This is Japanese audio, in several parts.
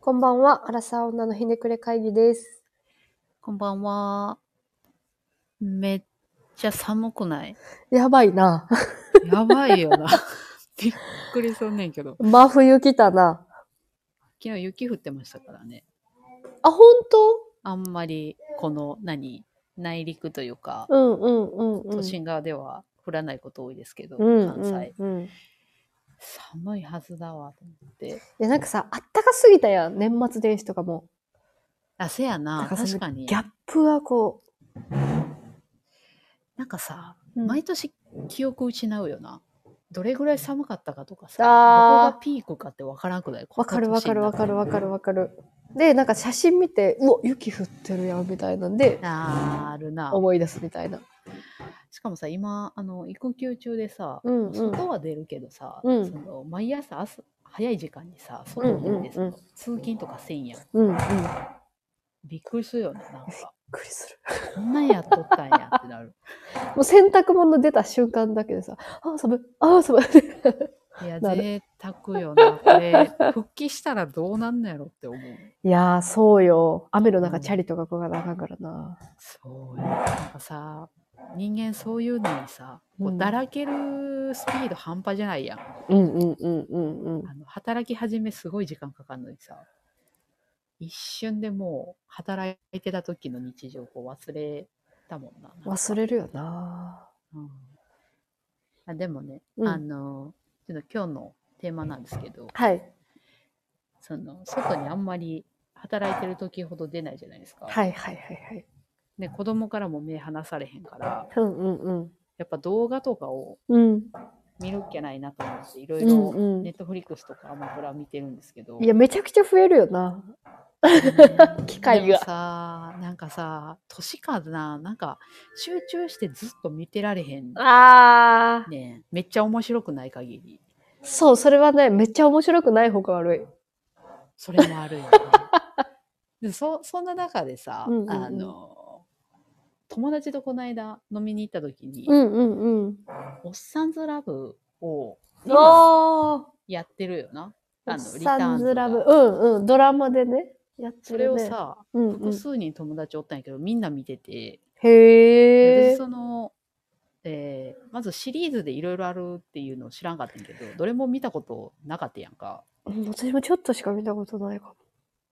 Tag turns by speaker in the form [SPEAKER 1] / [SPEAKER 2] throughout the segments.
[SPEAKER 1] こんばんは、アラサー女のひねくれ会議です。
[SPEAKER 2] こんばんは。めっちゃ寒くない
[SPEAKER 1] やばい な。
[SPEAKER 2] やばいよな。 びっくりすんねんけど。
[SPEAKER 1] 真冬来たな。
[SPEAKER 2] 昨日雪降ってましたからね。
[SPEAKER 1] あ、ほんと
[SPEAKER 2] あんまり、この、何、内陸というか、
[SPEAKER 1] うんうんうんうん。
[SPEAKER 2] 都心側では降らないこと多いですけど、
[SPEAKER 1] うん
[SPEAKER 2] 関西。
[SPEAKER 1] うんうん。い
[SPEAKER 2] 寒いはずだわ、と思って。
[SPEAKER 1] や、なんかさ、あったかすぎたやん、年末年始とかも。
[SPEAKER 2] あ、せやな、
[SPEAKER 1] だらそ
[SPEAKER 2] 確
[SPEAKER 1] の
[SPEAKER 2] かに
[SPEAKER 1] ギ。ャップはこ
[SPEAKER 2] なんかさ、
[SPEAKER 1] う、うん
[SPEAKER 2] 毎年記憶失うよな。どれぐらい寒かったかとかさ、どこ
[SPEAKER 1] あー
[SPEAKER 2] がピークかってわからんくない
[SPEAKER 1] わかるわかるわかるわかるわかる。で、なんか写真見て、うわ、雪降ってるやん、みたいなんで、
[SPEAKER 2] あーあるな。
[SPEAKER 1] 思い出すみたいな。
[SPEAKER 2] しかもさ、今、あの、育休中でさ、
[SPEAKER 1] うんうん
[SPEAKER 2] 外は出るけどさ、
[SPEAKER 1] うん
[SPEAKER 2] その毎朝朝早い時間にさ、外に行ってさ、
[SPEAKER 1] うんうんうん
[SPEAKER 2] 通勤とかせんやん。
[SPEAKER 1] うんうん。びっ
[SPEAKER 2] びっくりするよね、なんか。
[SPEAKER 1] くりする。
[SPEAKER 2] こんなんやっとったんやってなる。
[SPEAKER 1] もう洗濯物出た瞬間だけでさ、あー寒い、あー寒い。
[SPEAKER 2] い や、
[SPEAKER 1] なる
[SPEAKER 2] 贅沢よな。これ、復帰したらどうなんのやろって思う。
[SPEAKER 1] いやー、そうよ。雨の中、チャリとかこがなあかんからな。
[SPEAKER 2] そうよ。なんかさ、人間そういうのにさ、こ
[SPEAKER 1] うん
[SPEAKER 2] うだらけるスピード半端じゃないやん。
[SPEAKER 1] うんうんうんうんうん。
[SPEAKER 2] あの働き始めすごい時間かかるのにさ一瞬でもう働いてた時の日常を忘れたもんな、
[SPEAKER 1] 忘れるよな。
[SPEAKER 2] うんあでもね、
[SPEAKER 1] うん
[SPEAKER 2] あのちょっと今日のテーマなんですけど
[SPEAKER 1] はい。
[SPEAKER 2] その外にあんまり働いてる時ほど出ないじゃないですか、
[SPEAKER 1] はいはいはいはい。
[SPEAKER 2] で子供からも目離されへんから
[SPEAKER 1] うんうん
[SPEAKER 2] やっぱ動画とかを
[SPEAKER 1] うん。
[SPEAKER 2] 見るっきゃないなと思っていろ
[SPEAKER 1] う
[SPEAKER 2] い
[SPEAKER 1] ん。うん
[SPEAKER 2] ろ
[SPEAKER 1] うん
[SPEAKER 2] ネッ。トフリックスとかアマプラ見てるんですけど、
[SPEAKER 1] いや、めちゃくちゃ増えるよな。
[SPEAKER 2] うん
[SPEAKER 1] 機械が
[SPEAKER 2] でもさなんかさ年かななんか集中してずっと見てられへん
[SPEAKER 1] あー。
[SPEAKER 2] ねんめっちゃ面白くない限り
[SPEAKER 1] そう、それはね、めっちゃ面白くない方が悪い。
[SPEAKER 2] それも あるよねでそそんな中でさ、
[SPEAKER 1] うんうんうん
[SPEAKER 2] あの友達とこの間飲みに行った時に「
[SPEAKER 1] うんうんうん。
[SPEAKER 2] おっさんずラブ」を
[SPEAKER 1] おー。
[SPEAKER 2] やってるよな
[SPEAKER 1] お
[SPEAKER 2] あ
[SPEAKER 1] っ
[SPEAKER 2] の
[SPEAKER 1] さんずラブ。
[SPEAKER 2] リターンとか
[SPEAKER 1] うんうん。ドラマでね。やってるね。
[SPEAKER 2] それを、さ、
[SPEAKER 1] うんう
[SPEAKER 2] 複
[SPEAKER 1] ん、
[SPEAKER 2] 数人友達おったんやけどみんな見てて
[SPEAKER 1] へ
[SPEAKER 2] で
[SPEAKER 1] ー。
[SPEAKER 2] その、えーまずシリーズでいろいろあるっていうのを知らんかったんやけどどれも見たことなかったやんか
[SPEAKER 1] うん私もちょっとしか見たことないかも。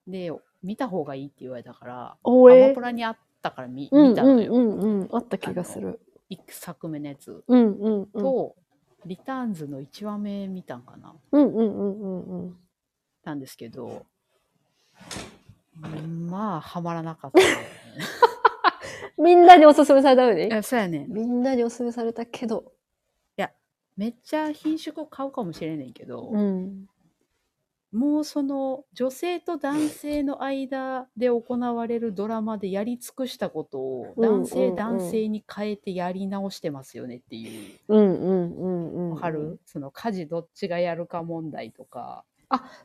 [SPEAKER 2] で見た方がいいって言われたから
[SPEAKER 1] お
[SPEAKER 2] アマ
[SPEAKER 1] え
[SPEAKER 2] プ。ラにあったから見
[SPEAKER 1] うん
[SPEAKER 2] 見
[SPEAKER 1] う
[SPEAKER 2] たの
[SPEAKER 1] ん
[SPEAKER 2] よ、
[SPEAKER 1] うんうん。あった気がする。
[SPEAKER 2] 一作目のやつ
[SPEAKER 1] うんうんうん。
[SPEAKER 2] と、リターンズの1話目見たんかな
[SPEAKER 1] うんうんうんうんうん。
[SPEAKER 2] なんですけどまあハマらな かったよね
[SPEAKER 1] みんなにおすすめされたのに
[SPEAKER 2] い。やそうやね
[SPEAKER 1] みんなにおすすめされたけど。
[SPEAKER 2] めっちゃ品種を買うかもしれねんけど、
[SPEAKER 1] うん。
[SPEAKER 2] もうその女性と男性の間で行われるドラマでやり尽くしたことを
[SPEAKER 1] うんうんうん
[SPEAKER 2] 男性男性に変えてやり直してますよねってい
[SPEAKER 1] う
[SPEAKER 2] う、
[SPEAKER 1] んうんうんうん。
[SPEAKER 2] わかるその家事どっちがやるか問題とか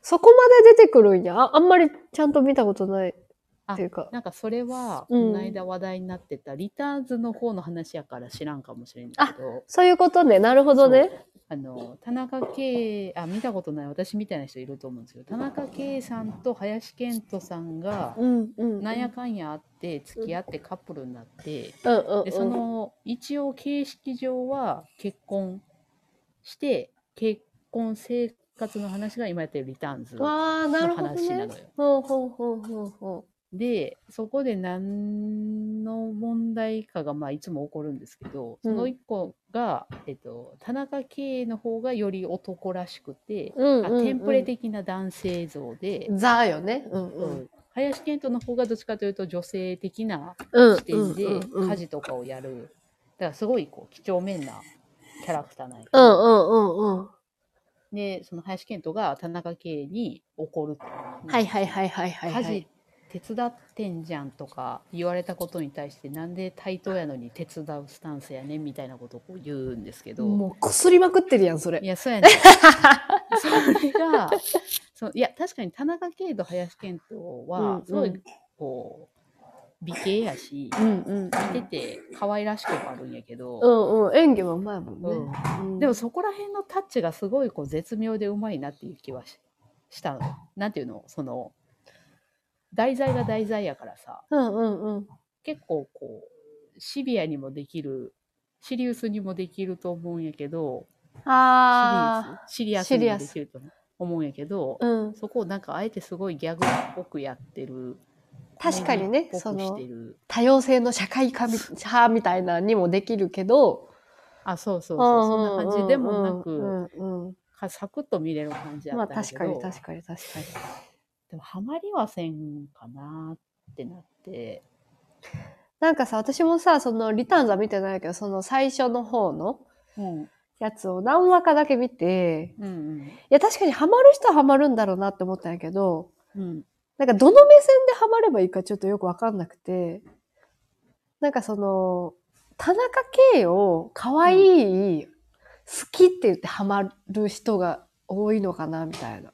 [SPEAKER 1] そこまで出てくるんや。ああんまりちゃんと見たことない。っていうか。
[SPEAKER 2] なんかそれは
[SPEAKER 1] う
[SPEAKER 2] こ
[SPEAKER 1] ん
[SPEAKER 2] の間話題になってたリターンズの方の話やから知らんかもしれんけど
[SPEAKER 1] そういうことね。なるほどね。
[SPEAKER 2] あの田中圭あ見たことない私みたいな人いると思うんですけど田中圭さんと林遣都さんが
[SPEAKER 1] うんうん。
[SPEAKER 2] なんやかんやあって付き合ってカップルになって。
[SPEAKER 1] うんうんうん。
[SPEAKER 2] でその一応形式上は結婚して結婚生活の話が今やってるリターンズ
[SPEAKER 1] わあ、なるほど
[SPEAKER 2] 話
[SPEAKER 1] ね
[SPEAKER 2] なのよ。
[SPEAKER 1] ほうほうほうほうほ
[SPEAKER 2] でそこで何の問題かがまあいつも起こるんですけど
[SPEAKER 1] う
[SPEAKER 2] そ
[SPEAKER 1] ん
[SPEAKER 2] の一個が、えっと、田中圭の方がより男らしくて、
[SPEAKER 1] う。うん
[SPEAKER 2] あ
[SPEAKER 1] うんうん。
[SPEAKER 2] テンプレ。的な男性像で、
[SPEAKER 1] ザーよね。うんうん。
[SPEAKER 2] 林遣都の方がどっちかというと女性的な
[SPEAKER 1] うん
[SPEAKER 2] 視点で
[SPEAKER 1] うんうんうん
[SPEAKER 2] 家事とかをやる。だからすごいこう、几帳面なキャラクターなんやけ
[SPEAKER 1] う
[SPEAKER 2] ど
[SPEAKER 1] んうんうんうん。
[SPEAKER 2] で、その林遣都が田中圭に怒ると。
[SPEAKER 1] はいはいはいはいはいはい。
[SPEAKER 2] 家事手伝ってんじゃんとか言われたことに対してなんで対等やのに手伝うスタンスやねんみたいなことをこう言うんですけど。
[SPEAKER 1] もうこすりまくってるやん、それ
[SPEAKER 2] い。や、そうやねん。 それが、そういや、確かに田中圭と林遣都
[SPEAKER 1] うんう
[SPEAKER 2] は
[SPEAKER 1] ん、
[SPEAKER 2] すごい、こう、美形やし、
[SPEAKER 1] うんうん。
[SPEAKER 2] 見てて可愛らしくもあるんやけど、
[SPEAKER 1] うんうん。演技もうまいもんね。
[SPEAKER 2] うん
[SPEAKER 1] うん
[SPEAKER 2] でもそこら辺のタッチがすごいこう絶妙でうまいなっていう気はししたの。なんていうのその題材が題材やからさ、
[SPEAKER 1] うんうんうん。
[SPEAKER 2] 結構こう、シビアにもできる、シリウスにもできると思うんやけど、
[SPEAKER 1] あ
[SPEAKER 2] シリウスシリアスにもできると思うんやけど、
[SPEAKER 1] あ。うん。
[SPEAKER 2] そこをなんかあえてすごいギャグっぽくやってる。
[SPEAKER 1] 確かにね
[SPEAKER 2] コメディっぽく
[SPEAKER 1] その
[SPEAKER 2] してる
[SPEAKER 1] 多様性の社会化み派みたいなにもできるけど、
[SPEAKER 2] あ、そうそうそう、そんな感じでもな
[SPEAKER 1] う
[SPEAKER 2] く、
[SPEAKER 1] んうんうん
[SPEAKER 2] かサクッと見れる感じや
[SPEAKER 1] ま
[SPEAKER 2] っ
[SPEAKER 1] あ
[SPEAKER 2] たんや
[SPEAKER 1] 確
[SPEAKER 2] け
[SPEAKER 1] か
[SPEAKER 2] ど、
[SPEAKER 1] に確かに確かに。
[SPEAKER 2] でもハマりはせんかなってなって、
[SPEAKER 1] なんかさ、私もさ、そのリターンズは見てないけど、その最初の方の
[SPEAKER 2] うん、うん
[SPEAKER 1] やつを何話かだけ見て、
[SPEAKER 2] うん
[SPEAKER 1] いや確かにハマる人はハマるんだろうなって思ったんやけど、
[SPEAKER 2] うん
[SPEAKER 1] なんかどの目線でハマればいいかちょっとよくわかんなくて、なんかその、田中圭を可愛い、好きって言ってハマる人が多いのかな、みたいな。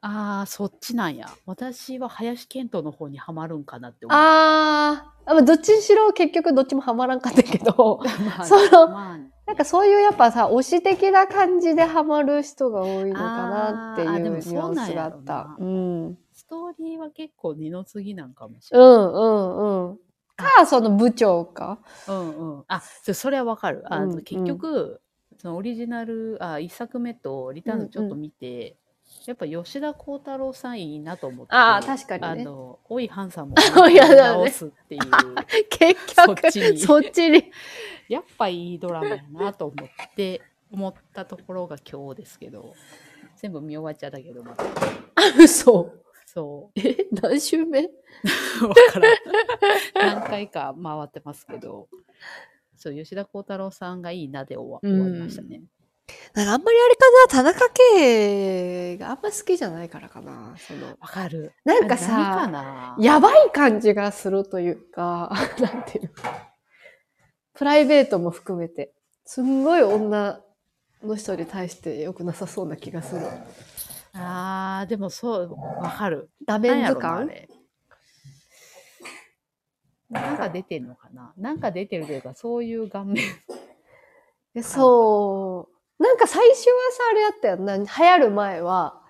[SPEAKER 2] ああそっちなんや私は林遣都の方にはまるんかなって思う
[SPEAKER 1] あー、あまあどっちにしろ結局どっちもハマらんかったけ ど、
[SPEAKER 2] まあ
[SPEAKER 1] その
[SPEAKER 2] まあ
[SPEAKER 1] なんかそういうやっぱさ、推し的な感じでハマる人が多いのかなってい
[SPEAKER 2] あーあ
[SPEAKER 1] う
[SPEAKER 2] で
[SPEAKER 1] ニ
[SPEAKER 2] も
[SPEAKER 1] ュア
[SPEAKER 2] そう
[SPEAKER 1] ン
[SPEAKER 2] なん
[SPEAKER 1] スがあ
[SPEAKER 2] やろ
[SPEAKER 1] っ
[SPEAKER 2] う
[SPEAKER 1] た
[SPEAKER 2] な。
[SPEAKER 1] うん。うん
[SPEAKER 2] ストーリーは結構二の次なんかもし
[SPEAKER 1] う
[SPEAKER 2] れない、
[SPEAKER 1] んうん。か、その部長 か。
[SPEAKER 2] うんうん、あそそれはわかるあの、
[SPEAKER 1] うん
[SPEAKER 2] 結局そのオリジナルあ一作目とリターンズちょっと見て、やっぱ吉田鋼太郎さんいいなと思って
[SPEAKER 1] ああ、確かに
[SPEAKER 2] あ
[SPEAKER 1] ね。
[SPEAKER 2] の、おいハンさ んも
[SPEAKER 1] おいハンさんね
[SPEAKER 2] 直すっていう、
[SPEAKER 1] 結
[SPEAKER 2] そっ
[SPEAKER 1] 局、
[SPEAKER 2] ちに
[SPEAKER 1] そっちに。
[SPEAKER 2] やっぱいいドラマやなと思って、思ったところが今日ですけど、全部見終わっちゃったけど、まだ
[SPEAKER 1] あ、 嘘。
[SPEAKER 2] そう、
[SPEAKER 1] え、何週目
[SPEAKER 2] わからん。何回か回ってますけど、そう、吉田鋼太郎さんがいいなで終わ終わりましたね。
[SPEAKER 1] なんかあんまりあれかな、田中圭があんま好きじゃないからかな。その、
[SPEAKER 2] わかる。
[SPEAKER 1] なんか
[SPEAKER 2] あれ何
[SPEAKER 1] さ、
[SPEAKER 2] かな
[SPEAKER 1] やばい感じがするというか、 なんていうかプライベートも含めて、すんごい女の人に対して良くなさそうな気がする。
[SPEAKER 2] あー、でもそう、わかる。
[SPEAKER 1] ダメ
[SPEAKER 2] なん
[SPEAKER 1] ン
[SPEAKER 2] や
[SPEAKER 1] ズ
[SPEAKER 2] ろなあ
[SPEAKER 1] 感
[SPEAKER 2] れなんか出てんのかななんか出てるというか、そういう顔面。
[SPEAKER 1] えそう。なんか最初はさ、あれやったよな。流行る前は、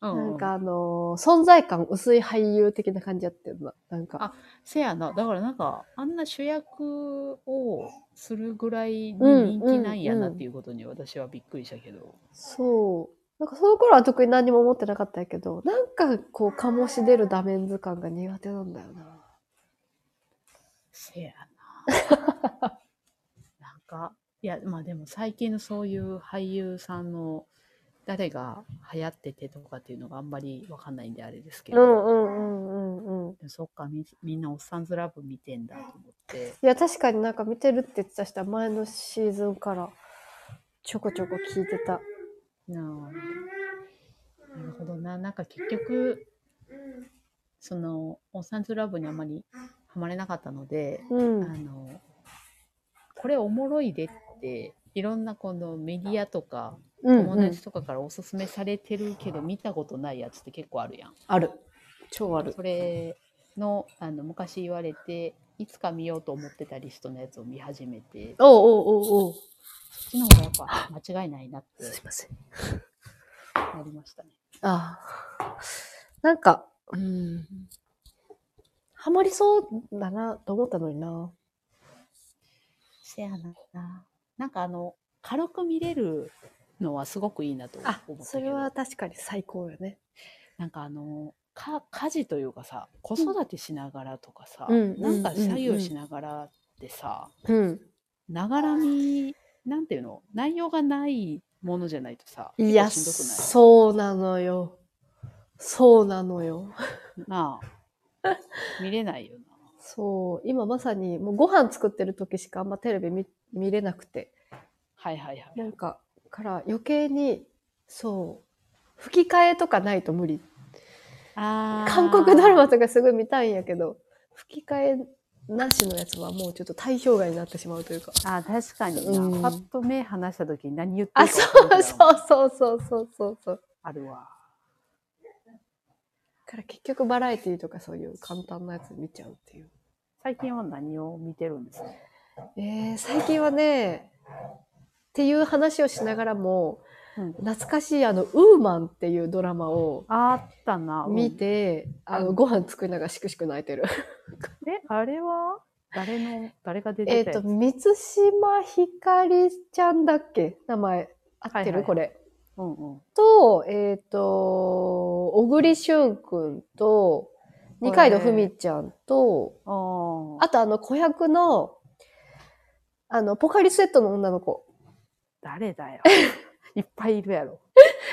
[SPEAKER 2] うう
[SPEAKER 1] なんかあのー存在感薄い俳優的な感じやったよな。なんか。
[SPEAKER 2] せやな。だからなんか、あんな主役をするぐらいに
[SPEAKER 1] うん
[SPEAKER 2] 人気なんや
[SPEAKER 1] うんう
[SPEAKER 2] なんっていうことに私はびっくりしたけど。
[SPEAKER 1] そう。なんかその頃は特に何も思ってなかったんやけど、なんかこう醸し出るダメンズ感が苦手なんだよな。
[SPEAKER 2] せや な。なんか、いや、まあでも最近のそういう俳優さんの誰が流行っててとかっていうのがあんまりわかんないんであれですけ
[SPEAKER 1] う
[SPEAKER 2] ど。
[SPEAKER 1] んうんうんうんうん。
[SPEAKER 2] でもそっかみ、みんなおっさんずラブ見てんだと思って。
[SPEAKER 1] いや、確かになんか見てるって言ってた人は前のシーズンからちょこちょこ聞いてた。
[SPEAKER 2] なあなるほどな。なんか結局、その、オッサンズラブにあまりハマれなかったので、
[SPEAKER 1] う
[SPEAKER 2] あ
[SPEAKER 1] ん。
[SPEAKER 2] の、これおもろいでって、いろんなこのメディアとか、
[SPEAKER 1] うん、
[SPEAKER 2] 友
[SPEAKER 1] うん
[SPEAKER 2] 達。とかからおすすめされてるけど、見たことないやつって結構あるやん。
[SPEAKER 1] ある。超ある。
[SPEAKER 2] それの、あの、昔言われて、いつか見ようと思ってたリストのやつを見始めて、
[SPEAKER 1] おうおうおうおう。
[SPEAKER 2] そっちの方がやっぱ間違いないなって
[SPEAKER 1] すいません。
[SPEAKER 2] なりましたね。
[SPEAKER 1] ああ。なんか、うん。ハマりそうだな、と思ったのにな。
[SPEAKER 2] せやな。なんかあの、軽く見れるのはすごくいいなと思った
[SPEAKER 1] あ
[SPEAKER 2] け、ど。
[SPEAKER 1] それは確かに最高よね。
[SPEAKER 2] なんかあの、か家事というかさ、子育てしながらとかさ、
[SPEAKER 1] うん
[SPEAKER 2] なんか
[SPEAKER 1] うんうん
[SPEAKER 2] 作業しながらってさ、
[SPEAKER 1] うん。
[SPEAKER 2] ながらみ、なんていうの、内容がないものじゃないとさ、
[SPEAKER 1] いや、
[SPEAKER 2] 結構しんどくない
[SPEAKER 1] そうなのよ。そうなのよ。
[SPEAKER 2] なあ、見れないよな。
[SPEAKER 1] そう。今まさに、もうご飯作ってる時しかあんまテレビ見見れなくて。
[SPEAKER 2] はいはいはい。
[SPEAKER 1] なんか、から余計に、そう。吹き替えとかないと無理。
[SPEAKER 2] あー
[SPEAKER 1] 韓国ドラマとかすぐ見たいんやけど、吹き替えなしのやつはもうちょっと対象外になってしまうというか。
[SPEAKER 2] あー、確かに
[SPEAKER 1] うん
[SPEAKER 2] な。パッと目離した時に何言って
[SPEAKER 1] あ、
[SPEAKER 2] るか
[SPEAKER 1] そ
[SPEAKER 2] わかんな
[SPEAKER 1] う
[SPEAKER 2] いドラマ
[SPEAKER 1] そうそうそうそうそうそう。
[SPEAKER 2] あるわ。
[SPEAKER 1] だから結局バラエティとかそういう簡単なやつ見ちゃうっていう。
[SPEAKER 2] 最近は何を見てるんですか
[SPEAKER 1] えー、最近はね、っていう話をしながらも、
[SPEAKER 2] うん
[SPEAKER 1] 懐かしいあの、ウーマンっていうドラマを
[SPEAKER 2] あったな。うん
[SPEAKER 1] 見て、あ
[SPEAKER 2] う
[SPEAKER 1] の、
[SPEAKER 2] ん
[SPEAKER 1] ご飯作りながらしくしく泣いてる。
[SPEAKER 2] え、あれは誰の、誰が出
[SPEAKER 1] え
[SPEAKER 2] て
[SPEAKER 1] った
[SPEAKER 2] やつ
[SPEAKER 1] と、満島ひかりちゃんだっけ名前。合ってる、
[SPEAKER 2] はいはいはい
[SPEAKER 1] これ。
[SPEAKER 2] うんうん。
[SPEAKER 1] と、えっ、と、小栗旬くんと、二階堂ふみちゃんと、
[SPEAKER 2] ああ。
[SPEAKER 1] あとあの、子役の、あの、ポカリスエットの女の子。
[SPEAKER 2] 誰だよ。 いっぱいいるやろ。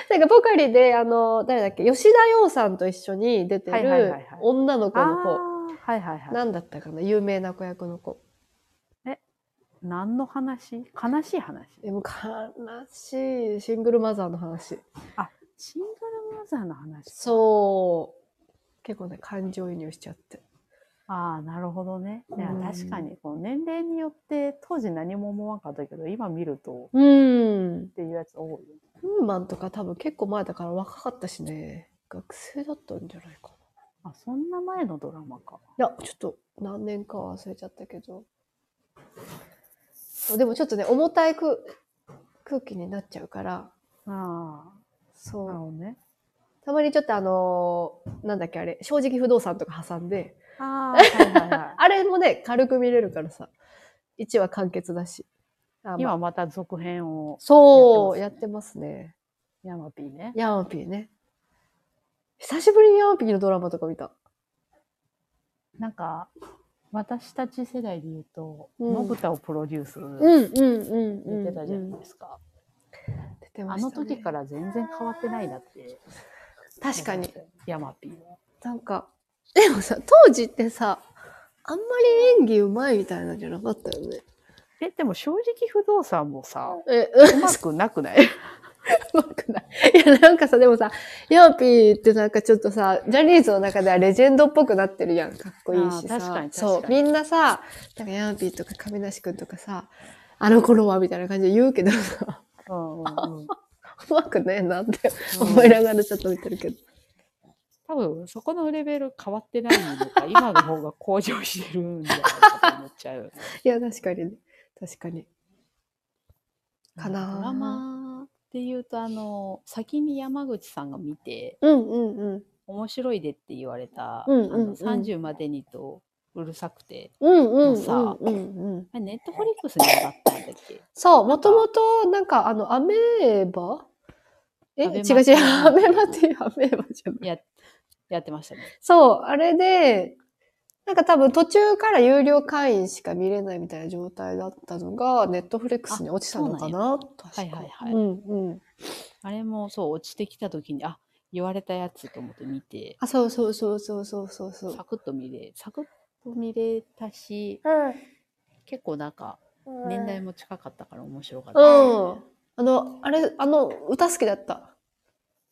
[SPEAKER 1] なんかポカリで、あの、誰だっけ、吉田洋さんと一緒に出て
[SPEAKER 2] はいはいはい
[SPEAKER 1] る
[SPEAKER 2] はい
[SPEAKER 1] 女の子
[SPEAKER 2] あ
[SPEAKER 1] の子。
[SPEAKER 2] ーはいはいは
[SPEAKER 1] なんだったかな有名な子役の子。
[SPEAKER 2] い。何の話悲しい話。
[SPEAKER 1] でも悲しい、シングルマザーの話。
[SPEAKER 2] シングルマザーの話。
[SPEAKER 1] そう。結構ね、感情移入しちゃって。
[SPEAKER 2] ああ、なるほどね。いや
[SPEAKER 1] うん
[SPEAKER 2] 確かに、この年齢によって当時何も思わんかったけど、今見ると
[SPEAKER 1] うん
[SPEAKER 2] っ。ていうやつ多いよ。
[SPEAKER 1] ウーマンとか多分結構前だから若かったしね。学生だったんじゃないか
[SPEAKER 2] あ、そんな前のドラマか。
[SPEAKER 1] な。いや、ちょっと何年かは忘れちゃったけど。でもちょっとね、重たい空空気になっちゃうから、
[SPEAKER 2] ああ、なる
[SPEAKER 1] そう。
[SPEAKER 2] ほどね。
[SPEAKER 1] たまにちょっとあのーなんだっけあれ、正直不動産とか挟んで、
[SPEAKER 2] ああ、はいはいはい。
[SPEAKER 1] あれもね、軽く見れるからさ、1話完結だし。あ まあ
[SPEAKER 2] 今また続編を、
[SPEAKER 1] そう、や
[SPEAKER 2] や
[SPEAKER 1] っ
[SPEAKER 2] って
[SPEAKER 1] ますね。
[SPEAKER 2] ヤマピーね。
[SPEAKER 1] ヤマピーね。久しぶりにヤマピーのドラマとか見た。
[SPEAKER 2] なんか、私たち世代で言うと、
[SPEAKER 1] うん
[SPEAKER 2] のぶたをプロデュース
[SPEAKER 1] んうんうん
[SPEAKER 2] 出てたじゃ
[SPEAKER 1] うん
[SPEAKER 2] ないですか。
[SPEAKER 1] 出てま
[SPEAKER 2] あ
[SPEAKER 1] した、
[SPEAKER 2] の
[SPEAKER 1] ね。
[SPEAKER 2] 時から全然変わってないなって。
[SPEAKER 1] 確かに。。
[SPEAKER 2] ヤマピーは。
[SPEAKER 1] なんか、でもさ、当時ってさ、あんまり演技うまいみたいなんじゃなかったよね。
[SPEAKER 2] え、でも正直不動産もさ、
[SPEAKER 1] え、
[SPEAKER 2] うまくなくない
[SPEAKER 1] うまくない。いや、なんかさ、でもさ、ヤマピーってなんかちょっとさ、ジャニーズの中ではレジェンドっぽくなってるやん。かっこいいしさ。
[SPEAKER 2] あー確かに
[SPEAKER 1] そ
[SPEAKER 2] 確
[SPEAKER 1] う。
[SPEAKER 2] かに
[SPEAKER 1] みんなさ、なんかヤマピーとか亀梨くんとかさ、あの頃はみたいな感じで言うけどさ、
[SPEAKER 2] うんうんうん
[SPEAKER 1] うまくねえなって思いながらちょっと見てるけど。
[SPEAKER 2] 多分そこのレベル変わってないのか、今の方が向上してるんじゃないかと思っちゃう。
[SPEAKER 1] いや、確かにね。確かに。かな
[SPEAKER 2] ドラマっていうと、あの、先に山口さんが見て、
[SPEAKER 1] うんうんうん。
[SPEAKER 2] 面白いでって言われた、
[SPEAKER 1] うんうんうん
[SPEAKER 2] あの30までにとうるさくて、
[SPEAKER 1] うんうん
[SPEAKER 2] もうさ
[SPEAKER 1] うんうんうん。
[SPEAKER 2] あれネットフリックスに上がったんだっけ
[SPEAKER 1] そう、もともと、なんか、あの、アメーバえ、違
[SPEAKER 2] ア
[SPEAKER 1] う
[SPEAKER 2] ベマ
[SPEAKER 1] 違う、アメーバっていう、アメーバじゃない。
[SPEAKER 2] ややってましたね。
[SPEAKER 1] そう、あれで、なんか多分途中から有料会員しか見れないみたいな状態だったのが、ネットフレックスに落ちたのかな確か
[SPEAKER 2] はいはいはい
[SPEAKER 1] うんうん。
[SPEAKER 2] あれもそう落ちてきた時にあ言われたやつと思って見て
[SPEAKER 1] あ、そうそうそうそうそうそうそう。
[SPEAKER 2] サクッと見れサクッと見れたし結構なんか年代も近かったから面白かった
[SPEAKER 1] う
[SPEAKER 2] です
[SPEAKER 1] ん
[SPEAKER 2] ね。。
[SPEAKER 1] あの、あれ、あの、歌好きだった。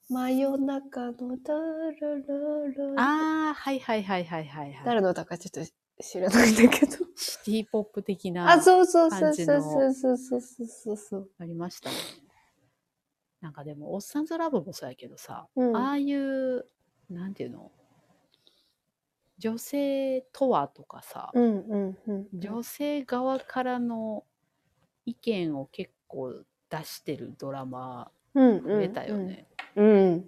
[SPEAKER 1] 真夜中のダルルル。
[SPEAKER 2] ああはいはいはいはいはいはい。
[SPEAKER 1] 誰の歌かちょっと知らないんだけど。
[SPEAKER 2] シティポップ的な
[SPEAKER 1] あ、
[SPEAKER 2] あ
[SPEAKER 1] そうそうそう
[SPEAKER 2] 感
[SPEAKER 1] そう
[SPEAKER 2] じ
[SPEAKER 1] そ
[SPEAKER 2] の
[SPEAKER 1] うそうそうそうそう。
[SPEAKER 2] りましたね。なんかでも「おっさんずラブ」もそうやけどさ、
[SPEAKER 1] うん
[SPEAKER 2] ああいうなんていうの女性とはとかさ、
[SPEAKER 1] うんうんうん。
[SPEAKER 2] 女性側からの意見を結構出してるドラマ
[SPEAKER 1] うんうん
[SPEAKER 2] 出たよね。
[SPEAKER 1] うん。
[SPEAKER 2] なん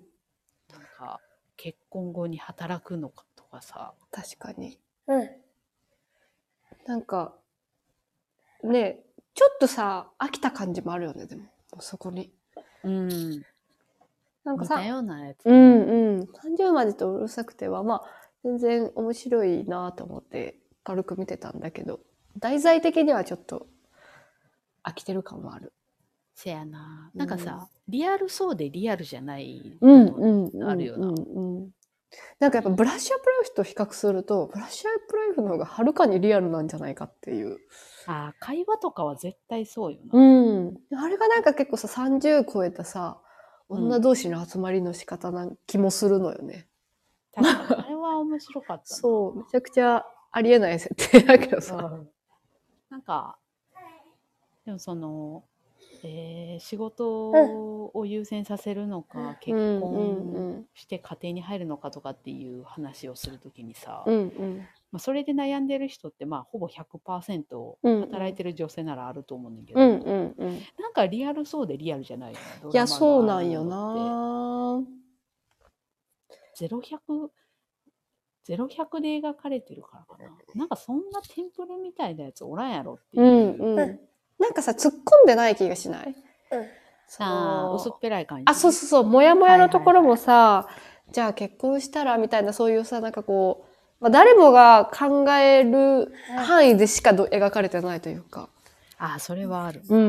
[SPEAKER 2] か結婚後に働くのかとかさ、
[SPEAKER 1] 確かに。うん。なんか、ねえちょっとさ、飽きた感じもあるよね、でも。そこに。
[SPEAKER 2] うん、
[SPEAKER 1] なんか
[SPEAKER 2] 似
[SPEAKER 1] さ、
[SPEAKER 2] たようなやつ、
[SPEAKER 1] うんうん。30までとうるさくては、まあ、全然面白いなと思って軽く見てたんだけど、題材的にはちょっと飽きてる感もある。
[SPEAKER 2] せやな。
[SPEAKER 1] うん
[SPEAKER 2] なんかさ、リアルそうでリアルじゃない。
[SPEAKER 1] う
[SPEAKER 2] あるよな
[SPEAKER 1] うんうんなんかやっぱブラッシュアップライフと比較すると、ブラッシュアップライフの方がはるかにリアルなんじゃないかっていう。
[SPEAKER 2] あー会話とかは絶対そうよな。
[SPEAKER 1] うん。あれがなんか結構さ、30超えたさ、
[SPEAKER 2] うん
[SPEAKER 1] 女同士の集まりの仕方な気もするのよね。
[SPEAKER 2] 確かにあれは面白かったな。
[SPEAKER 1] そう。めちゃくちゃありえない設定だけどさ。
[SPEAKER 2] うんなんか、でもその、えー仕事を優先させるのか、結婚して家庭に入るのかとかっていう話をするときにさ、
[SPEAKER 1] うんうん
[SPEAKER 2] まあ、それで悩んでる人ってまあほぼ100%
[SPEAKER 1] うん
[SPEAKER 2] 働いてる女性ならあると思うんだけど、
[SPEAKER 1] うんうんうん。い
[SPEAKER 2] なんかリアルそうでリアルじゃないよねドラマの
[SPEAKER 1] や、そうなんよな
[SPEAKER 2] あ
[SPEAKER 1] ぁ。
[SPEAKER 2] あいうのって0100 0100で描かれてるからかななんかそんなテンプレみたいなやつおらんやろっていうう、
[SPEAKER 1] んうん。
[SPEAKER 3] うん
[SPEAKER 1] なんかさ、突っ込んでない気がしない
[SPEAKER 3] うん
[SPEAKER 1] そ
[SPEAKER 2] さあ
[SPEAKER 1] の
[SPEAKER 2] 薄っぺらい感じ
[SPEAKER 1] あ、そうそうそう、もやもやのところもさ、じゃあ結婚したらみたいな、そういうさ、なんかこう、まあ、誰もが考える範囲でしかど描かれてないというか。
[SPEAKER 2] ああそれはある
[SPEAKER 1] うんうん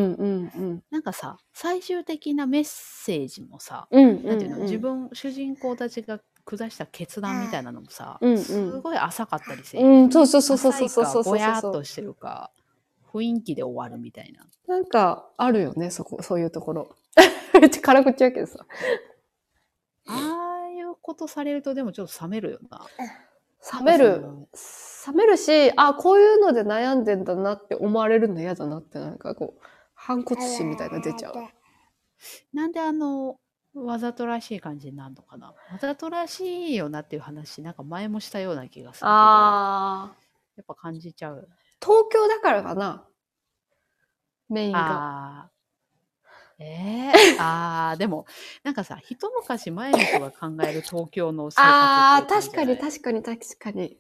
[SPEAKER 1] うん。
[SPEAKER 2] なんかさ最終的なメッセージもさ、
[SPEAKER 1] うんうん、うん。
[SPEAKER 2] なんていうの自分主人公たちが下した決断みたいなのもさ、
[SPEAKER 1] うんうん
[SPEAKER 2] すごい浅かったりせ
[SPEAKER 1] うん、そうそうそうそうそうそうそう
[SPEAKER 2] 浅いかぼやっ
[SPEAKER 1] そ
[SPEAKER 2] と
[SPEAKER 1] う。
[SPEAKER 2] してるか雰囲気で終わるみたいな
[SPEAKER 1] なんか、あるよね、そこ、そういうところ。めっちゃ辛口やけどさ。
[SPEAKER 2] ああいうことされるとでもちょっと冷めるよな
[SPEAKER 1] 冷め
[SPEAKER 2] なんか
[SPEAKER 1] る
[SPEAKER 2] その。
[SPEAKER 1] 冷めるし、あ、こういうので悩んでんだなって思われるの嫌だなって、なんかこう、反骨心みたいなの出ちゃう。
[SPEAKER 2] なんであのわざとらしい感じになるのかなわざとらしいよなっていう話なんか前もしたような気がするけどや
[SPEAKER 1] あー。
[SPEAKER 2] っぱ感じちゃう
[SPEAKER 1] 東京だからかな。メインが。
[SPEAKER 2] ああ。 えー、ああ、でも、なんかさ、一昔前の人が考える東京の生活
[SPEAKER 1] ああ、
[SPEAKER 2] っていう
[SPEAKER 1] 確か
[SPEAKER 2] 感じじゃ
[SPEAKER 1] に
[SPEAKER 2] ない
[SPEAKER 1] 確かに確かに。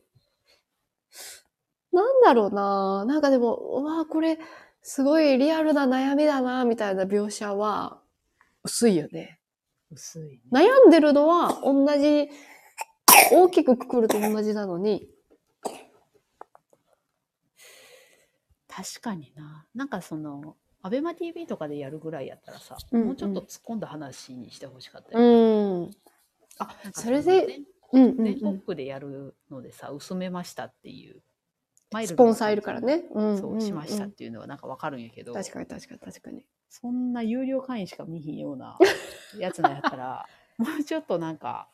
[SPEAKER 1] なんだろうななんかでも、うわあ、これ、すごいリアルな悩みだなみたいな描写は、薄いよね。
[SPEAKER 2] 薄い、ね。
[SPEAKER 1] 悩んでるのは、同じ、大きくくくると同じなのに、
[SPEAKER 2] 確かにな。なんかその、アベマ t v とかでやるぐらいやったらさ、
[SPEAKER 1] うんうん
[SPEAKER 2] もうちょっと突っ込んだ話にしてほしかった
[SPEAKER 1] う
[SPEAKER 2] よ。
[SPEAKER 1] ん。うん
[SPEAKER 2] あ、
[SPEAKER 1] それで、うんう
[SPEAKER 2] 全国
[SPEAKER 1] ん。
[SPEAKER 2] 区でやるのでさ、薄めましたっていう。マイ
[SPEAKER 1] ス
[SPEAKER 2] ルド
[SPEAKER 1] ポ
[SPEAKER 2] な
[SPEAKER 1] ンサーいるからね。うん
[SPEAKER 2] 感
[SPEAKER 1] ん。
[SPEAKER 2] じ。そうしましたっ
[SPEAKER 1] ん
[SPEAKER 2] ていうのはなんかわかるんやけど、
[SPEAKER 1] 確かに確かに確かに。
[SPEAKER 2] そんな有料会員しか見ひんよ うなやつなんやったら、もうちょっとなんか、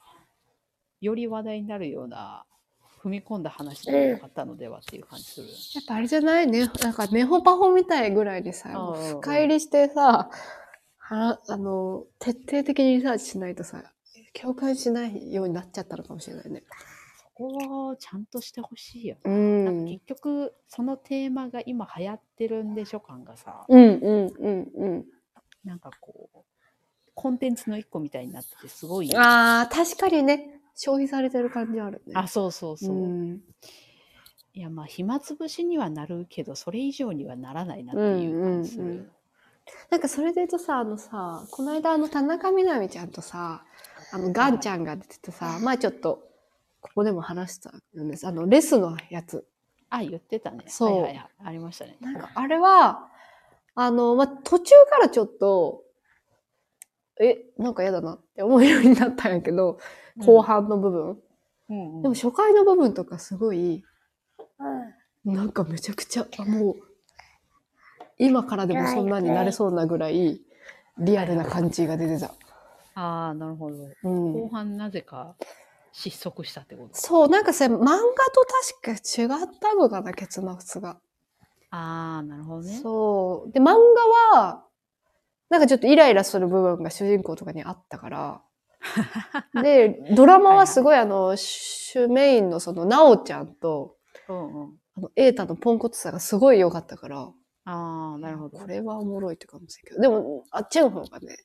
[SPEAKER 2] より話題になるような、踏み込んだ話でもよかったのではっていう感じするよね。
[SPEAKER 1] やっぱあれじゃないね。なんか、ネホパホみたいぐらいでさ、
[SPEAKER 2] ああ
[SPEAKER 1] 深入りしてさ、はあの、徹底的にリサーチしないとさ、共感しないようになっちゃったのかもしれないね。
[SPEAKER 2] そこをちゃんとしてほしいよね。
[SPEAKER 1] う
[SPEAKER 2] なん
[SPEAKER 1] ん
[SPEAKER 2] か。結局、そのテーマが今流行ってるんでしょ感がさ、
[SPEAKER 1] うんうんうん
[SPEAKER 2] なんかこう、コンテンツの一個みたいになっててすごい。
[SPEAKER 1] うん。ああ、確かにね、消費されてる感じあるね。
[SPEAKER 2] あ、そうそうそう。
[SPEAKER 1] うん。
[SPEAKER 2] いや、まあ、暇つぶしにはなるけど、それ以上にはならないなっていう感じするよね。
[SPEAKER 1] うんうんうんなんかそれで言うとさ、あのさ、この間あの田中みな実ちゃんとさ、あのガンちゃんが出ててさ、まあちょっと、ここでも話したよね。あの、レスのやつ。
[SPEAKER 2] あ、言ってたね。
[SPEAKER 1] そう
[SPEAKER 2] はいはいはい、ありましたね。
[SPEAKER 1] なんかあれは、あの、まあ、途中からちょっと、え、なんか嫌だなって思うようになったんやけど、後半の部分。
[SPEAKER 2] うんうん
[SPEAKER 1] でも初回の部分とかすごい、
[SPEAKER 3] うん
[SPEAKER 1] なんかめちゃくちゃ、あもう、今からでもそんなになれそうなぐらい、リアルな感じが出てた。
[SPEAKER 2] ああ、なるほど。
[SPEAKER 1] う
[SPEAKER 2] 後
[SPEAKER 1] ん。
[SPEAKER 2] 半なぜか失速したってこと。
[SPEAKER 1] そう、なんかさ、漫画と確か違ったのかな、結末が。
[SPEAKER 2] ああ、なるほどね。
[SPEAKER 1] そう。で、漫画は、なんかちょっとイライラする部分が主人公とかにあった から。で、ドラマはすごいあの、主メインのその、なおちゃんと、
[SPEAKER 2] うんうん。
[SPEAKER 1] あの、エータのポンコツさがすごい良かったから。
[SPEAKER 2] ああ、なるほど
[SPEAKER 1] こ。れはおもろいって感じだけど。でも、あっちの方がね、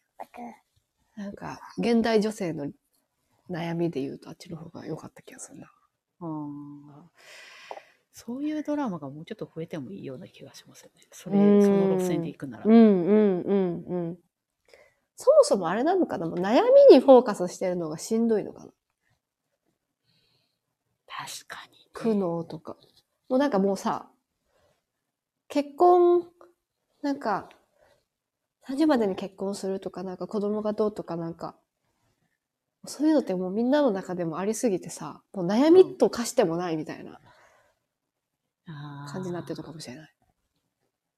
[SPEAKER 1] なんか、現代女性の悩みで言うとあっちの方が良かった気がするな。
[SPEAKER 2] うんそういうドラマがもうちょっと増えてもいいような気がしますよね。それ、
[SPEAKER 1] うん
[SPEAKER 2] その路線で行くなら。
[SPEAKER 1] んうんうんうん。そもそもあれなのかなもう悩みにフォーカスしてるのがしんどいのかな
[SPEAKER 2] 確かに。
[SPEAKER 1] 苦悩とか。もうなんかもうさ、結婚、なんか、30までに結婚するとか、なんか子供がどうとかなんか、そういうのってもうみんなの中でもありすぎてさ、もう悩みと化してもないみたいな
[SPEAKER 2] 感
[SPEAKER 1] 感じになってるのかもしれない。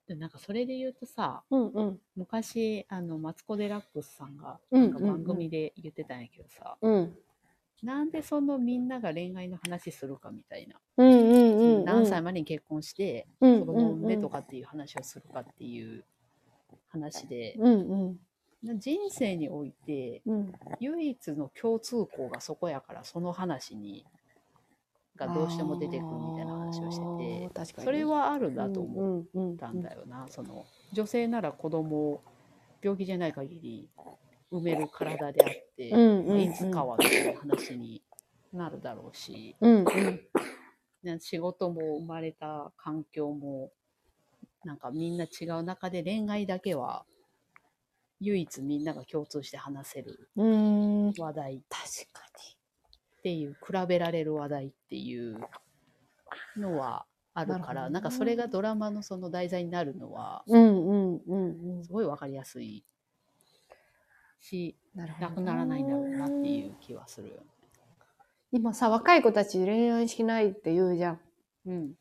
[SPEAKER 2] でなんかそれで言うとさ、
[SPEAKER 1] うんうん。
[SPEAKER 2] 昔、あの、マツコ・デラックスさんが、
[SPEAKER 1] うん
[SPEAKER 2] な
[SPEAKER 1] うんうん
[SPEAKER 2] んか番組で言ってたんやけどさ、
[SPEAKER 1] うん。
[SPEAKER 2] なんでそのみんなが恋愛の話するかみたいな、
[SPEAKER 1] うんうんうん、うん。
[SPEAKER 2] 何歳までに結婚して
[SPEAKER 1] うん
[SPEAKER 2] 子供を産んでとかっていう話をするかっていう話で、
[SPEAKER 1] うんうん
[SPEAKER 2] な人生において
[SPEAKER 1] うん。
[SPEAKER 2] 唯一の共通項がそこやからその話にがどうしても出てくるみたいな話をして
[SPEAKER 1] て確か
[SPEAKER 2] て
[SPEAKER 1] に
[SPEAKER 2] それはあるんだと思っ
[SPEAKER 1] 思った
[SPEAKER 2] んだよな、その女性なら子供を病気じゃない限り産める体であって、
[SPEAKER 1] うんうんうん
[SPEAKER 2] いつかはという話になるだろうし、
[SPEAKER 1] うんうん
[SPEAKER 2] ね仕事も生まれた環境もなんかみんな違う中で恋愛だけは唯一みんなが共通して話せる
[SPEAKER 1] うんうん
[SPEAKER 2] 話題
[SPEAKER 1] 確か
[SPEAKER 2] っていう比べられる話題っていうのはあるから
[SPEAKER 1] なるほど
[SPEAKER 2] な,、
[SPEAKER 1] ね
[SPEAKER 2] んかそれがドラマのその題材になるのは
[SPEAKER 1] にうんうんうんうん
[SPEAKER 2] すごい分かりやすいし
[SPEAKER 1] なる
[SPEAKER 2] なくならないんだろうなっていうう気はするよね。
[SPEAKER 1] 今さ若い子たち恋愛しないって言うじゃん
[SPEAKER 2] うん、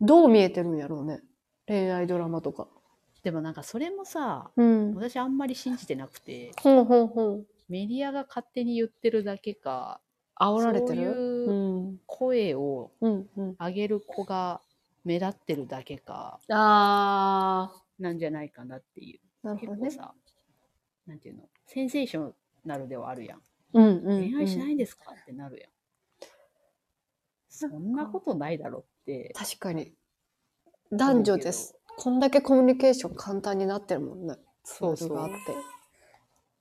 [SPEAKER 1] どう見えてるんやろうね恋愛ドラマとか
[SPEAKER 2] でもなんかそれもさ
[SPEAKER 1] うん
[SPEAKER 2] 私あんまり信じてなくて
[SPEAKER 1] ほんほんほん
[SPEAKER 2] メディアが勝手に言ってるだけか
[SPEAKER 1] 煽られて
[SPEAKER 2] そう
[SPEAKER 1] る
[SPEAKER 2] いううん声を
[SPEAKER 1] うんうん
[SPEAKER 2] 上げる子が目立ってるだけか
[SPEAKER 1] あ
[SPEAKER 2] なんじゃないかなっていう。
[SPEAKER 1] ーなる
[SPEAKER 2] 結
[SPEAKER 1] ほど
[SPEAKER 2] 構
[SPEAKER 1] ね
[SPEAKER 2] さ、なんていうの、センセーショナルではあるやん。
[SPEAKER 1] うんうんうん
[SPEAKER 2] 恋愛しないんですかってなるやん。そんなことないだろって。
[SPEAKER 1] 確かに男女ですこんだけコミュニケーション簡単になってるもんね
[SPEAKER 2] そう
[SPEAKER 1] ツ
[SPEAKER 2] そう
[SPEAKER 1] ールがあって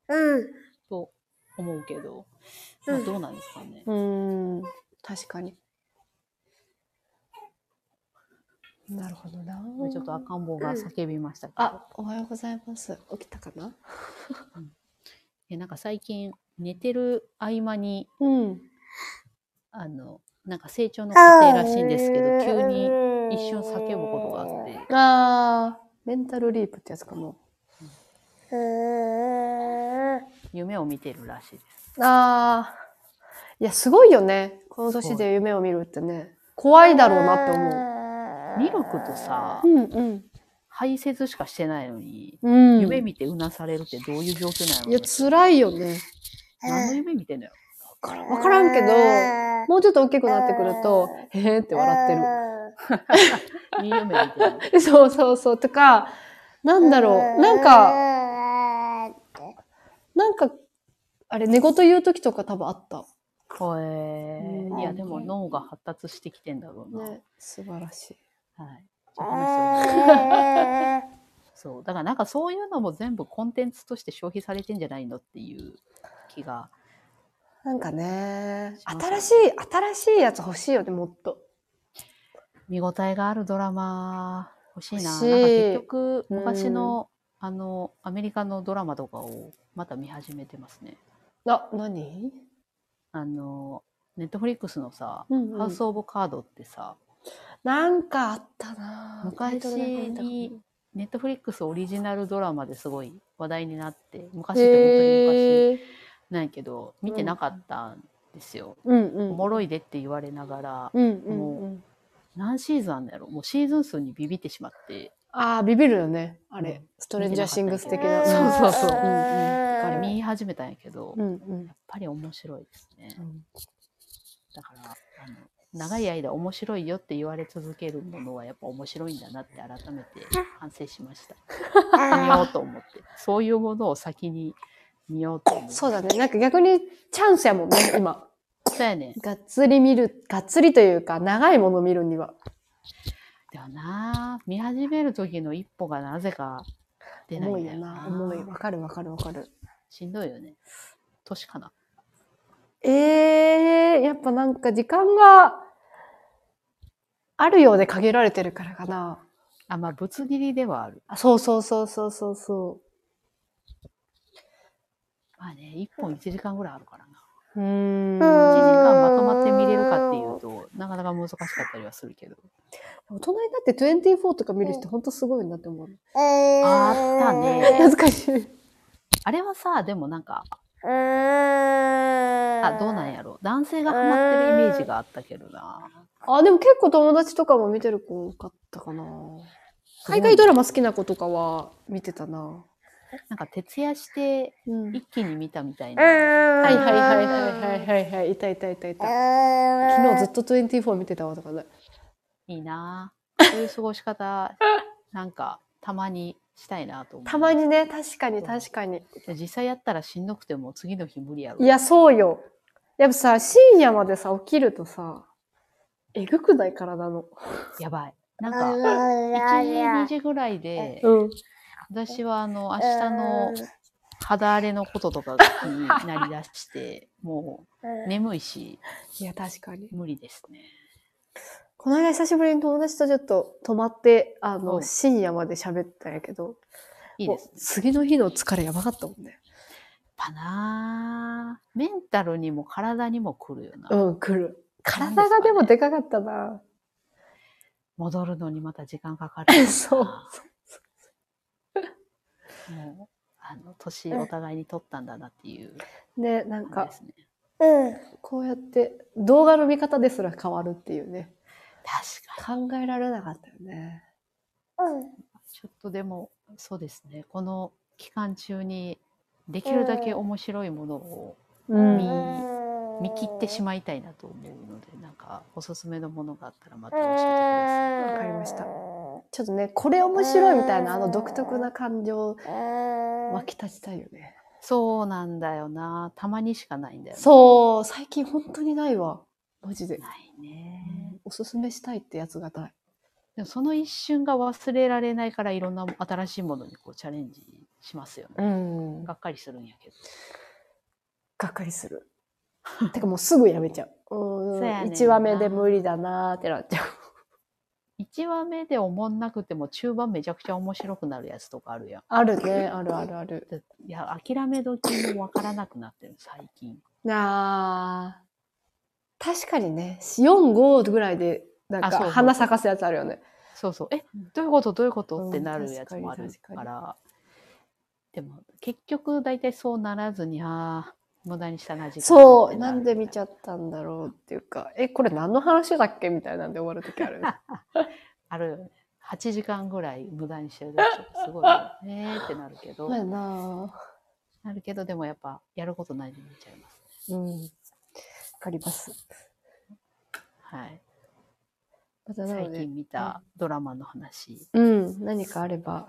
[SPEAKER 1] うん
[SPEAKER 2] と思うけど、まあ、どうなんですかね。
[SPEAKER 1] うーん確かになるほどな
[SPEAKER 2] まあちょっと赤ん坊が叫びましたけど、
[SPEAKER 1] あおはようございます起きたかな
[SPEAKER 2] えなんか最近寝てる合間に、
[SPEAKER 1] うん
[SPEAKER 2] あの、なんか成長の過程らしいんですけど、急に
[SPEAKER 1] に
[SPEAKER 2] 一瞬叫ぶことがあって、
[SPEAKER 1] あーメンタルリープってやつかも
[SPEAKER 2] 夢を見てるらしいです。
[SPEAKER 1] あーいやすごいよねこの年で夢を見るってね怖いだろうなって思う
[SPEAKER 2] ミルクとさ、
[SPEAKER 1] うんうん。
[SPEAKER 2] 排泄しかしてないのに、
[SPEAKER 1] うん、
[SPEAKER 2] 夢見てうなされるってどういう状況なの
[SPEAKER 1] いや、辛いよね。
[SPEAKER 2] 何の夢見てんのよ。
[SPEAKER 1] わからんけど、もうちょっと大きくなってくると、へへって笑ってる
[SPEAKER 2] いい夢見てるの。。
[SPEAKER 1] えそうそうそう。とか、なんだろう。なんか、
[SPEAKER 3] か、
[SPEAKER 1] なんか、あれ、寝言言う時とか多分あった。
[SPEAKER 2] こえ
[SPEAKER 1] うん
[SPEAKER 2] いや、でも脳が発達してきてんだろうな。
[SPEAKER 1] ね、素晴らしい。
[SPEAKER 2] はい。ちょっと話を そう。だからなんかそういうのも全部コンテンツとして消費されてんじゃないのっていう気が。
[SPEAKER 1] なんかね、
[SPEAKER 2] しますよ
[SPEAKER 1] 新
[SPEAKER 2] ね
[SPEAKER 1] しい、新しいやつ欲しいよね、もっと。
[SPEAKER 2] 見応えがあるドラマ欲しいな。
[SPEAKER 1] 欲しい
[SPEAKER 2] なんか結局、
[SPEAKER 1] うん
[SPEAKER 2] 昔の、あの、アメリカのドラマとかをまた見始めてますね。
[SPEAKER 1] あ、何
[SPEAKER 2] あの、ネットフリックスのさ、
[SPEAKER 1] うんうん
[SPEAKER 2] ハウス・オブ・カードってさ、
[SPEAKER 1] なんかあったなぁ
[SPEAKER 2] 昔に。ネットフリックスオリジナルドラマですごい話題になって、昔って本当に昔
[SPEAKER 1] へぇー。
[SPEAKER 2] ないけど、見てなかったんですよ。
[SPEAKER 1] うんうん。
[SPEAKER 2] おもろいでって言われながら、
[SPEAKER 1] うんうんうん。
[SPEAKER 2] 何シーズンあんのやろもうシーズン数にビビってしまって、
[SPEAKER 1] ああ、ビビるよね。あ
[SPEAKER 2] う
[SPEAKER 1] れ
[SPEAKER 2] ん、
[SPEAKER 1] ストレンジャーシングス的
[SPEAKER 2] 見
[SPEAKER 1] な。
[SPEAKER 2] てなかったんですよそうそうそう
[SPEAKER 1] うんうん
[SPEAKER 2] あれ
[SPEAKER 1] うん
[SPEAKER 2] 見始めたんやけど、
[SPEAKER 1] う
[SPEAKER 2] や
[SPEAKER 1] んうん
[SPEAKER 2] っぱり面白いですね
[SPEAKER 1] う。ん。
[SPEAKER 2] だから、あの長い間面白いよって言われ続けるものはやっぱ面白いんだなって改めて反省し ました。見ようと思って。そういうものを先に見ようと思って。
[SPEAKER 1] そうだね。なんか逆にチャンスやもんね、今。
[SPEAKER 2] そうやねん。
[SPEAKER 1] がっつり見る、がっつりというか、長いもの見るには。
[SPEAKER 2] だよな見始める時の一歩がなぜか出ない
[SPEAKER 1] 重
[SPEAKER 2] ん
[SPEAKER 1] い
[SPEAKER 2] だ
[SPEAKER 1] よ
[SPEAKER 2] よ
[SPEAKER 1] な
[SPEAKER 2] な。
[SPEAKER 1] 重い。わかるわかるわかる。
[SPEAKER 2] しんどいよね。年かな。
[SPEAKER 1] ええー、やっぱなんか時間があるようで限られてるからかな。
[SPEAKER 2] あ、まあ、ぶつ切りではある。
[SPEAKER 1] あそうそうそうそうそうそ
[SPEAKER 2] まあね、一本1時間ぐらいあるからな。
[SPEAKER 1] う。うーん。
[SPEAKER 2] 1時
[SPEAKER 1] 大
[SPEAKER 2] 間まとまって見れるかっていうと、なかなか難しかったりはするけど。
[SPEAKER 1] 人になって24とか見る人ほんとすごいなって思う。
[SPEAKER 3] あ
[SPEAKER 2] ったね
[SPEAKER 1] 懐かしい。
[SPEAKER 2] あれはさ、でもなんか、あ
[SPEAKER 3] あ、
[SPEAKER 2] どうなんやろ男性がハマってるイメージがあったけどな。
[SPEAKER 1] あ、でも結構友達とかも見てる子多かったかな。海外ドラマ好きな子とかは見てたな。
[SPEAKER 2] なんか徹夜して
[SPEAKER 1] うん。はい
[SPEAKER 2] 一気に見たみたいな。
[SPEAKER 3] は
[SPEAKER 1] はいはいはいはいはいはい。いたいたいたいた。昨日ずっと24見てたわとかね。
[SPEAKER 2] いいなぁ。そういう過ご し方、なんか、たまにしたいなと思う。
[SPEAKER 1] たまにね、確かに確かに。
[SPEAKER 2] 実際やったらしんどくてもう次の日無理やろ。
[SPEAKER 1] いや、そうよ。やっぱさ、深夜までさ、起きるとさ、えぐくない体の。
[SPEAKER 2] やばい。な
[SPEAKER 3] なん
[SPEAKER 2] か、1 2時ぐらいで、
[SPEAKER 1] うん。
[SPEAKER 2] 私はあの、明
[SPEAKER 3] 明
[SPEAKER 2] 日の肌荒れのこととかになりだ して、もう眠いし、
[SPEAKER 1] いや、確かに。
[SPEAKER 2] 無理ですね。
[SPEAKER 1] この間久しぶりに友達とちょっと泊まって、あ
[SPEAKER 2] う
[SPEAKER 1] の、
[SPEAKER 2] ん
[SPEAKER 1] 深夜まで喋ったんやけど、
[SPEAKER 2] いいです
[SPEAKER 1] もう
[SPEAKER 2] ね。
[SPEAKER 1] 次の日の疲れやばかったもんね。
[SPEAKER 2] やっぱなあメンタルにも体にも来るよな。
[SPEAKER 1] うん、来る。
[SPEAKER 2] なんで
[SPEAKER 1] 体
[SPEAKER 2] すかね
[SPEAKER 1] がでもでかかったな。
[SPEAKER 2] 戻るのにまた時間かかるよ な。
[SPEAKER 1] そう
[SPEAKER 2] もう、あの、年お互いに取ったんだなっていう
[SPEAKER 1] ね、なん
[SPEAKER 2] 感
[SPEAKER 1] か
[SPEAKER 2] じで、すね。
[SPEAKER 3] うん
[SPEAKER 1] こうやって動画の見方ですら変わるっていうね。
[SPEAKER 2] 確かに。
[SPEAKER 1] 考えられなかったよね。
[SPEAKER 3] うん
[SPEAKER 2] ちょっとでも、そうですね。この期間中に、できるだけ面白いものを
[SPEAKER 1] う
[SPEAKER 2] 見
[SPEAKER 1] ん。
[SPEAKER 2] 見切ってし
[SPEAKER 3] ま
[SPEAKER 2] まいたいなと思うので、なんか、おすすめのものがあったらまた教えてください。
[SPEAKER 1] わかりました
[SPEAKER 3] う
[SPEAKER 1] ちょっとね、これ面白いみたいな、あの独特な感情、
[SPEAKER 3] ん
[SPEAKER 1] 湧き立ちたいよね。
[SPEAKER 2] そうなんだよな。たまにしかないんだよね
[SPEAKER 1] そう、最近本当にないわ。マジで。
[SPEAKER 2] ないね。
[SPEAKER 1] おすすめしたいってやつがない。
[SPEAKER 2] でもその一瞬が忘れられないからいろんな新しいものにこうチャレンジしますよね。
[SPEAKER 1] うん。
[SPEAKER 2] がっかりするんやけど。
[SPEAKER 1] がっかりする。てかもうすぐやめちゃう。う
[SPEAKER 2] そうやねんな
[SPEAKER 1] 1話目で無理だなーってなっちゃう。
[SPEAKER 2] 1話目で思んなくても中盤めちゃくちゃ面白くなるやつとかあるやん。
[SPEAKER 1] あるね、あるあるある。
[SPEAKER 2] でいや、諦め時もわからなくなってる、最近。
[SPEAKER 1] なあ。確かにね、4、5ぐらいで、なん
[SPEAKER 2] あそうそ
[SPEAKER 1] か
[SPEAKER 2] う
[SPEAKER 1] 花咲かすやつあるよね。
[SPEAKER 2] そうそう。え、どういうことどういうこと、
[SPEAKER 1] うん
[SPEAKER 2] ってなるやつもある
[SPEAKER 1] 確かに
[SPEAKER 2] か
[SPEAKER 1] 確
[SPEAKER 2] ら。でも、結局大体そうならずに、ああ、無駄にしたな、時間
[SPEAKER 1] そう、なんで見ち
[SPEAKER 2] ゃ
[SPEAKER 1] ゃったんだろうっていうか、え、これ何の話だっけみたいなんで終わる時ある ね。
[SPEAKER 2] あるよね。8時間ぐらい無駄にしてるだけですごいよね。えーってなるけど。
[SPEAKER 1] そうやなあ
[SPEAKER 2] なるけど、でもやっぱ、やることないで見ちゃいます。
[SPEAKER 1] うん。わかります。
[SPEAKER 2] はい。
[SPEAKER 1] またなの
[SPEAKER 2] 最
[SPEAKER 1] で
[SPEAKER 2] 近、見たドラマの話。
[SPEAKER 1] うん、何かあれば、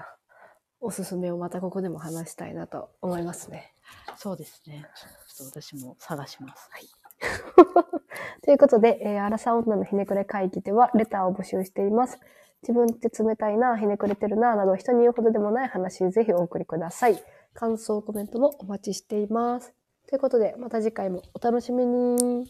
[SPEAKER 1] おすすめをまたここでも話したいなと思いますね。
[SPEAKER 2] そうですね。ちょっと私も探します。はい。
[SPEAKER 1] ということで、えー、アラサー女のひねくれ会議ではレターを募集しています。自分って冷たいな、ひねくれてるな、など人に言うほどでもない話、ぜひお送りください。感想、コメントもお待ちしています。ということで、また次回もお楽しみに。